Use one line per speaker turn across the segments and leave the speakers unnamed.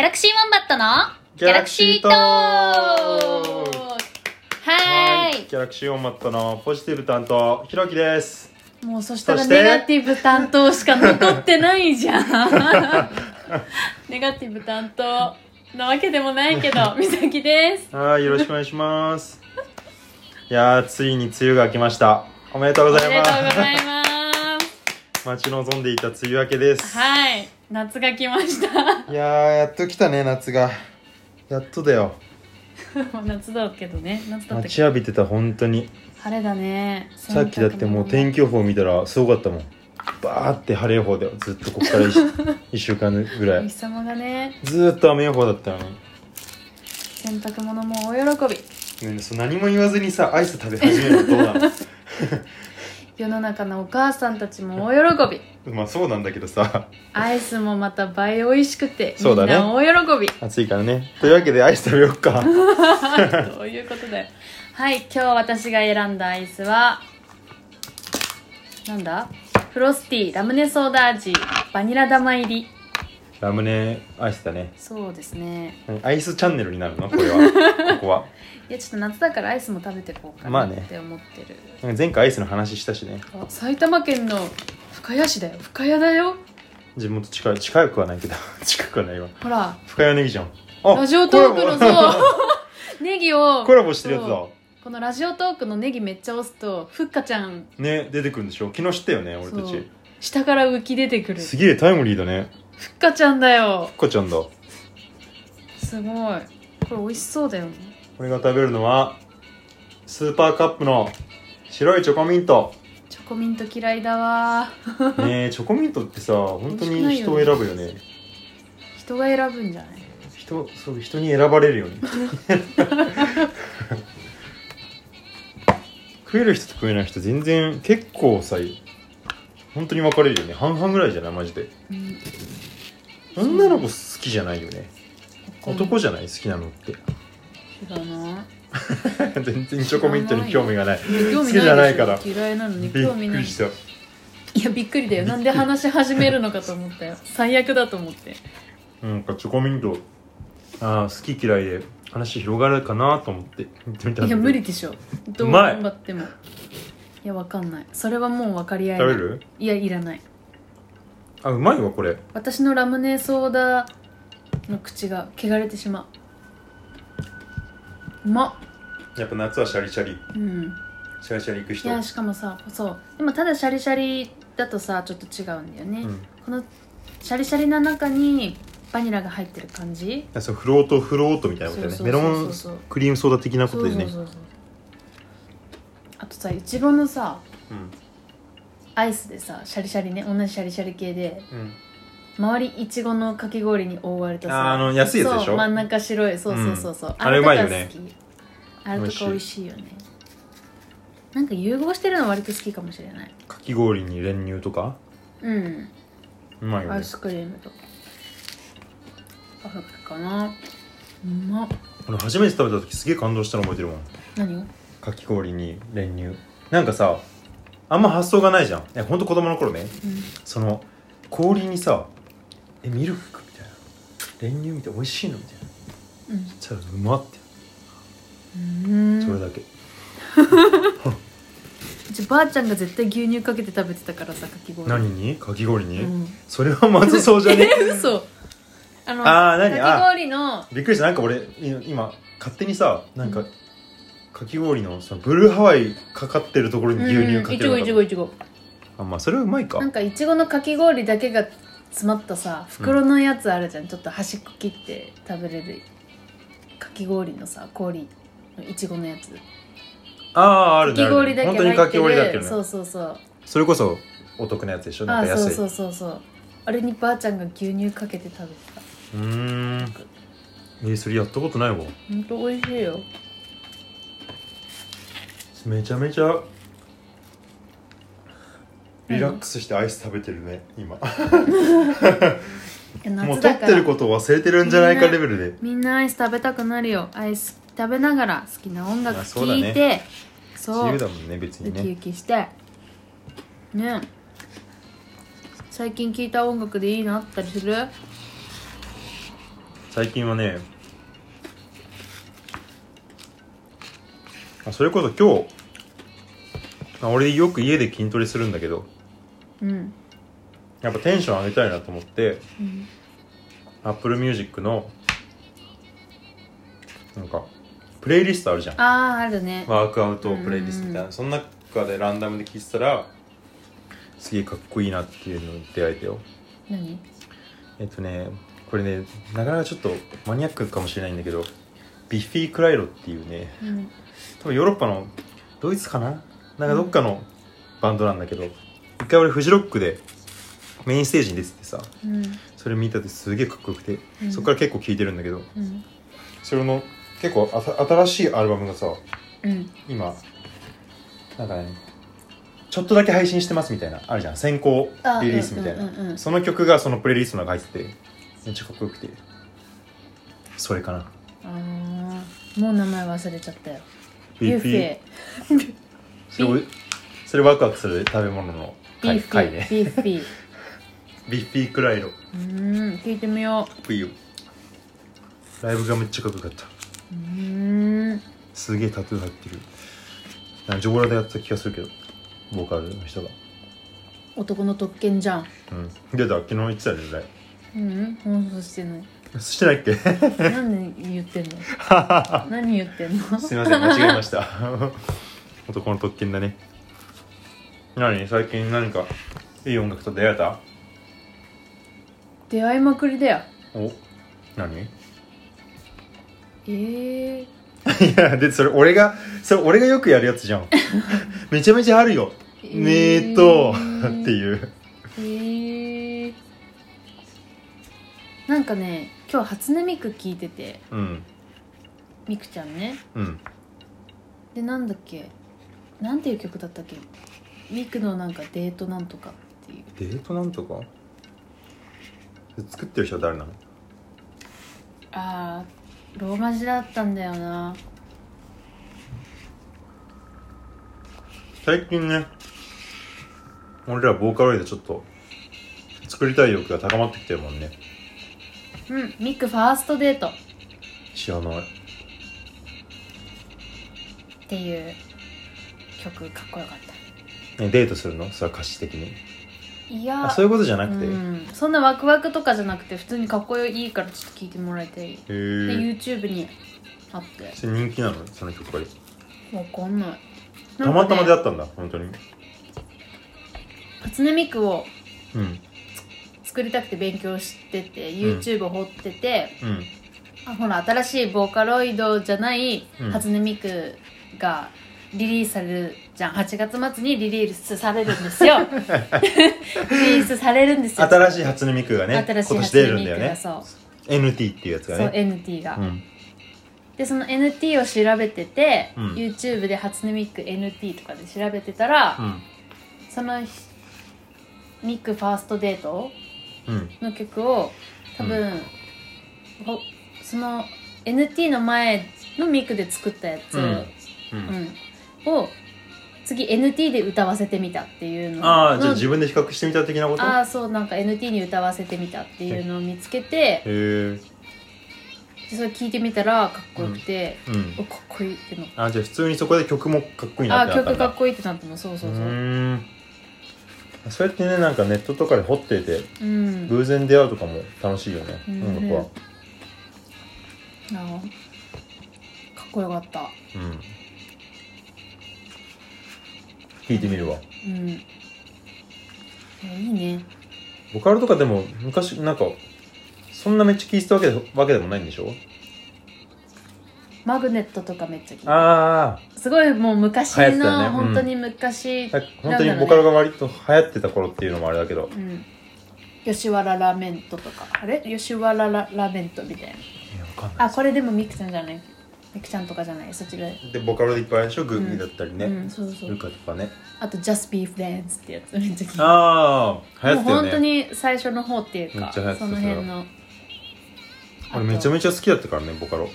ットのギャラクシートークはーい
ギャラクシーオンマットのポジティブ担当ひろきです
もうそしたら
そして
ネガティブ担当しか残ってないじゃ んネガティブ担当なわけでもないけ ど美咲です
はいよろしくお願いします いやーついに梅雨が明けましたおめでと
お
うご
めで
ざ
とう
い
ご
ます
ざいま
待ち望んでいた梅雨明けです
すはい夏が来ました
いやーやっと来たね夏がやっとだよ
もう夏だけどね夏だった
待
け
ち
ど
わびてた本当に
晴れだね
さっきだってもう天気予報見たらすごかったもんバーって晴れ予報だよずっとこっから 1週間ぐ
お
ら
日
い
様がね
ずーっと雨予報だったのに
洗濯物も大喜び
ねそう何も言わずにさアイス食べ始めるのどうな の
世の中のお母さんたちも大喜び
まあそうなんだけどさ
アイスもまた倍美味しくて
そうだね
みんな大喜び
暑いからねというわけでアイス食べよっか
どういうことだよはい今日私が選んだアイスはなんだフロスティーラムネソーダ味バニラ玉入り
ラムネアイスだね
そうですね
何アイスチャンネルになるのこれ はここはい
やちょっと夏だからアイスも食べてこうか
まあ
なっ
ね
て思ってる、
なんか前回アイスの話したしね
あ埼玉県の深谷市だよ深谷だよ
地元近い近くはないけど 近くはないわ
ほら
深谷ネギじゃんあ
ラジオトークの
コラボ
そう ネギを
コラボしてるやつだ
そうこのラジオトークのネギめっちゃ押すとふっかちゃん
ね出てくるんでしょ昨日知ったよね俺た
そう
ち
下から浮き出てくる
すげえタイムリーだね
ふっかちゃんだよ
こっちゃんだ
すごいこれ美味しそうだよね
俺が食べるのはスーパーカップの白いチョコミ ント
チョコミント嫌いだわ
ねえチョコミントってさ本当
美味
に
し
人
く
を
ない
選
よね
ぶよね
人が選ぶんじゃない
人そう人に選ばれる よね食える人と食えない人全然結構さ本当に分かれるよね半々ぐらいじゃないマジで
うん
女の子好きじゃないよね男じゃない好きなのって
違うな
全然チョコミントに興味がない
いや興
好
味ないで
き
しょ
じゃないから
嫌いなの
び
に
っ
興味
く
ない
りした
いやびっくりだよなんで話し始めるのかと思ったよ最悪だと思って
なんかチョコミントああ好き嫌いで話広がるかなと思って言ってみたんだけど
いや無理でしょどう
うまい
頑張ってもいやわかんないそれはもう分かり合え
食
な
べ
い
る
いやいらない
あうまいわこれ
私のラムネソーダの口が汚れてしまううまっ
やっぱ夏はシャリシャリ
うん
シャリシャリ行く
い
人
やしかもさそうでもただシャリシャリだとさちょっと違うんだよね、
うん
このシャリシャリな中にバニラが入ってる感じ
あそうフロートフロートみたいなことだよ
そ
ね
うそう
メ
そう
ロ
そう
ンクリームソーダ的なこ
そ
と
う
で
そう
ね
そうそうあとさいちごのさアイスでさシャリシャリね同じシャリシャリ系で
うん、うん、
周りいちごのかき氷に覆われたさ
ああの安いやつでしょ
そう真ん中白いそうそうそうそう、
あれうまいよね
あれとか好きあれとか美味しいよねなんか融合してるの割と好きかもしれない
かき氷に練乳とか
うん
うまいよ
アイ
ね
スクリームとかパフェかなうまっ
俺初めて食べた時すげえ感動したの覚えてるもん
何
かき氷に練乳なんかさあんま発想がないじゃんえほんと子供の頃ねその氷にさ「えミルク?」みたいな「練乳みたいな美味しいの?」みたいな
うん
「じゃあうま」って
うん
それだけ、
うちばあちゃんが絶対牛乳かけて食べてたからさかき氷
何にかき氷に、
うん
それはまずそうじゃね
え嘘あの
あー何
かき氷の
びっくりしたなんか俺い今勝手にさなんか、かき氷のそのブルーハワイかかってるところに牛乳かける
うんいちごいちごいち
あまあそれはうまいか
ごなんかいちごのかき氷だけが詰まったさ袋のやつあるじゃん、ちょっと端っこ切って食べれるかき氷のさ氷のいちごのやつ
あああ
か
るね
き
ある
氷
ね
だけ
本
入って
当
る
にかき氷だけどね
そうそうそう
それこそお得なやつでしょ
あ
なん
あ
か
そ
安
う
い
そうそうそうあれにばあちゃんが牛乳かけて食べてた
うーんえーそれやったことないわ
ほんと美味しいよ
めちゃめちゃリラックスしてアイス食べてるね今
いや
も
夏
う取
だ
っ
か
てる
ら
ことを忘れてるんじゃないかレベルで
みんなアイス食べたくなるよアイス食べながら好きな音
ま
楽
あそうだね
聴いて
自
そう
由だもんね別
ウ
に
キウ
ね
キしてね最近聴いた音楽でいいのあったりする
最近はねあそれこそ今日あ俺よく家で筋トレするんだけど
うん
やっぱテンション上げたいなと思って
うん
アップルミュージックのなんかプレイリストあるじゃん
あああるね
ワークアウトプレイリストみたいなその中でランダムで聴いてたらすげえかっこいいなっていうのに出会えたよ
何
えっとねこれねなかなかちょっとマニアックかもしれないんだけどビッフィー・クライロっていうね
うん
多分ヨーロッパのドイツかななんかどっかのバンドなんだけど一回俺フジロックでメインステージに出ててさ
うん
それ見たってすげえかっこよくて、
うん
そっから結構聴いてるんだけど
うん
それの結構あた新しいアルバムがさ
うん
今なんかねちょっとだけ配信してますみたいなあるじゃん先行
あ
リリースみたいな、
うんうんうん
その曲がそのプレイリストの中に入っててめっちゃかっこよくてそれかな
ああもう名前忘れちゃったよビ
ビ
ュ
ー
ッ
フ
フ
ィー
ェ
それおそれワクワクする食べ物の
ビー
回
フィ
回
ー
ね
ビーフィー
ビッフィーくらいの
うーん聞いてみよ
ぷいよライブがめっちゃかっこよかった
ううーん
すげえタトゥー入ってるなんかジョーラでやってた気がするけどボーカルの人が
男の特権じゃん
うん出た昨日言ってたよねライ
うん放送してない
ブしてないっけ
何言ってんの 何言ってんの
すいません間違えました 男の特権だね何最近何かいい音楽と出会えた
出会いまくりだよ
お何い
ええ
やでそれ俺がそれ俺がよくやるやつじ ゃんめちゃめちゃあるよ
えー
ねえとっていう
へえなんかね今日初音ミク聞いてて
うん
ミクちゃんね
うん
でなんだっけなんていう曲だったっけミクのなんかデートなんとかっていう
デートなんとか作ってる人は誰なの
あーローマ字だったんだよな
最近ね俺らボーカロイドちょっと作りたい欲が高まってきてるもんね
うんミクファーストデートっ
知らない
ていう曲かっこよかった
ねデートするのそれは歌詞的に
いやー
あそういうことじゃなくて、
う
へ
ん、そんなワクワクとかじゃなくて普通にかっこいいからちょっと聞いてもらいたいで
え
YouTube にあって
それ人気なのその曲が
わかんない
たまたま出
なんかね
会ったんだ本当に
初音ミクを
うん
作りたくて勉強してて YouTube を掘ってて、
うん
あほら新しいボーカロイドじゃない
うん
初音ミクがリリースされるじゃん8月末にリリースされるんです よリリースされるんですよ
新しい初音ミクがね
新しい
今年
初
出
音
るん
ミ
だよ
クが
ね
そう
NT っていうやつ
そう
がね
NT が、
うん
でその NT を調べてて、
うん
YouTube で初音ミク NT とかで調べてたら、
うん
その日ミクファーストデート
うん
の曲を多分、ほその NT の前のミクで作ったやつ、
う
うんん
うん
を次 NT で歌わせてみたっていうの
ああじゃあ
の
自分で比較してみた的なこと
あーそうなんか NT に歌わせてみたっていうのを見つけて
へえ
でそれ聞いてみたらかっこよくて、
うん
おかっこいいっての
あじゃあ普通にそこで曲もかっこいいな
あ
っ
ー
てなった
曲
んだ
かっこいいってなったのそうそうそうう
ーんそうやってねなんかネットとかで掘ってて
うん、
偶然出会うとかも楽しいよね、
うん
音楽は
あーかっこよかった
うん聞いてみるわ
うんいやいいね
ボカロとかでも昔なんかそんなめっちゃ聴いてたわけでわけでもないんでしょ
マグネットとかめっちゃ聞いて
あ
すごいもう昔
流行ってた
の、
ねうん
本当に昔
あ本当にボカロが割と流行ってた頃っていうのもあれだけど
うん吉原ラメントとかあれ吉原ララメントみたい
いやわかん
な
な
あこれでもミクちゃんじゃないミクちゃんとかじゃないそちら、
いでボカロでいっぱいあるでしょグーミーだったりね、
うんそうそう
ルカとかね
あと「Just Be Friends」ってやつめっちゃ聞いても
ああ流
う
行ってたよ
本
ね
当に最初の方っていう
め
か
っちゃ流行って
そ
た
の辺の
俺めちゃめちゃ好きだったからねボカロ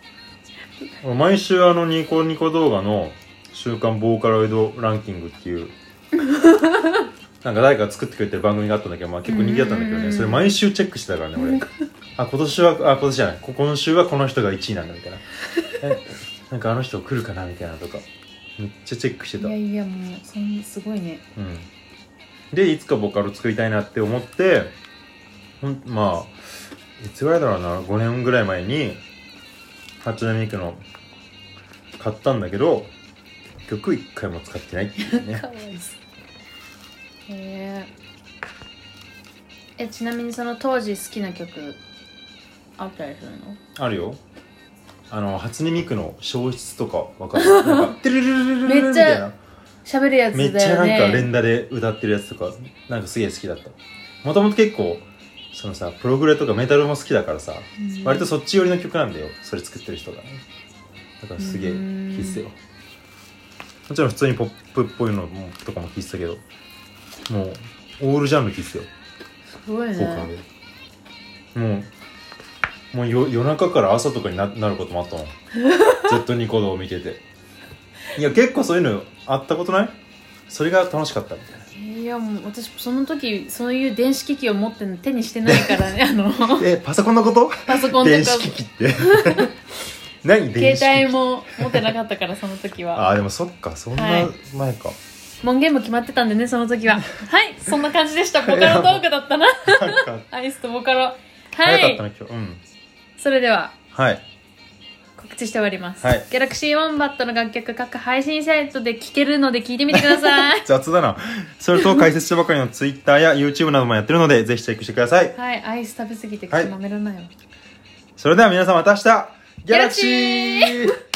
俺毎週あのニコニコ動画の「週刊ボーカロイドランキング」っ ていうなんか誰かが作ってくれてる番組があったんだけど、まあ、結構人気だったんだけど
うんうん
ね
うん
それ毎週チェックしてたからね俺あ今年はあ今年じゃないこ今週はこの人が1位なんだみたいなえなんかあの人来るかなみたいなのとかめっちゃチェックして
い
た、う
や
ん、
いやもうそんすごいね
でいつかボカロ作りたいなって思ってほんまあいつぐらいだろうな5年ぐらい前に初音ミクの買ったんだけど曲一回も使ってないっていうね
かわいそうへええちなみにその当時好きな曲あったりするの
あるよあの初音ミクの消失とかわかるなんかテレレレレレレレ
めっ
み
ちゃ
たいな
喋るやつだ
め
よね
っちゃなんか連打で歌ってるやつとかなんかすげえ好きだったもともと結構そのさプログレとかメタルも好きだからさ
うん
割とそっち寄りの曲なんだよそれ作ってる人がねだからすげえ聴いてたよもちろん普通にポップっぽいのもとかも聴いてたけどもうオールジャンル聴いてたよ
すごい
効果で
ね
もうもうよ夜中から朝とかにななることもあった のずっとニコ動を見てていや結構そういうのあったことないそれが楽しかったみたいない
やもう私その時そういう電子機器を持って手にしてないから ねあの
えパソコンのこと
パソコンと
電
か
子機器って 何電子機器
携帯も持ってなかったからその時は
ああでもそっかそんな
はい
前か、
門限も決まってたんでねその時ははいそんな感じでしたボカロトークだったな
なんか
アイスとボカロは
早かった
い
な今日うん
それでは
はい
告知して終わります、
はい
ギャラクシーワンバットの楽曲各配信サイトで聴けるので聴いてみてくださ い
雑だなそれと解説したばかりの Twitter や YouTube などもやってるのでぜひチェックしてください
はいアイス食べ過ぎて口
はい
舐めらないわ、
それでは皆さんまた明日ギャラクシ
ギャ
ー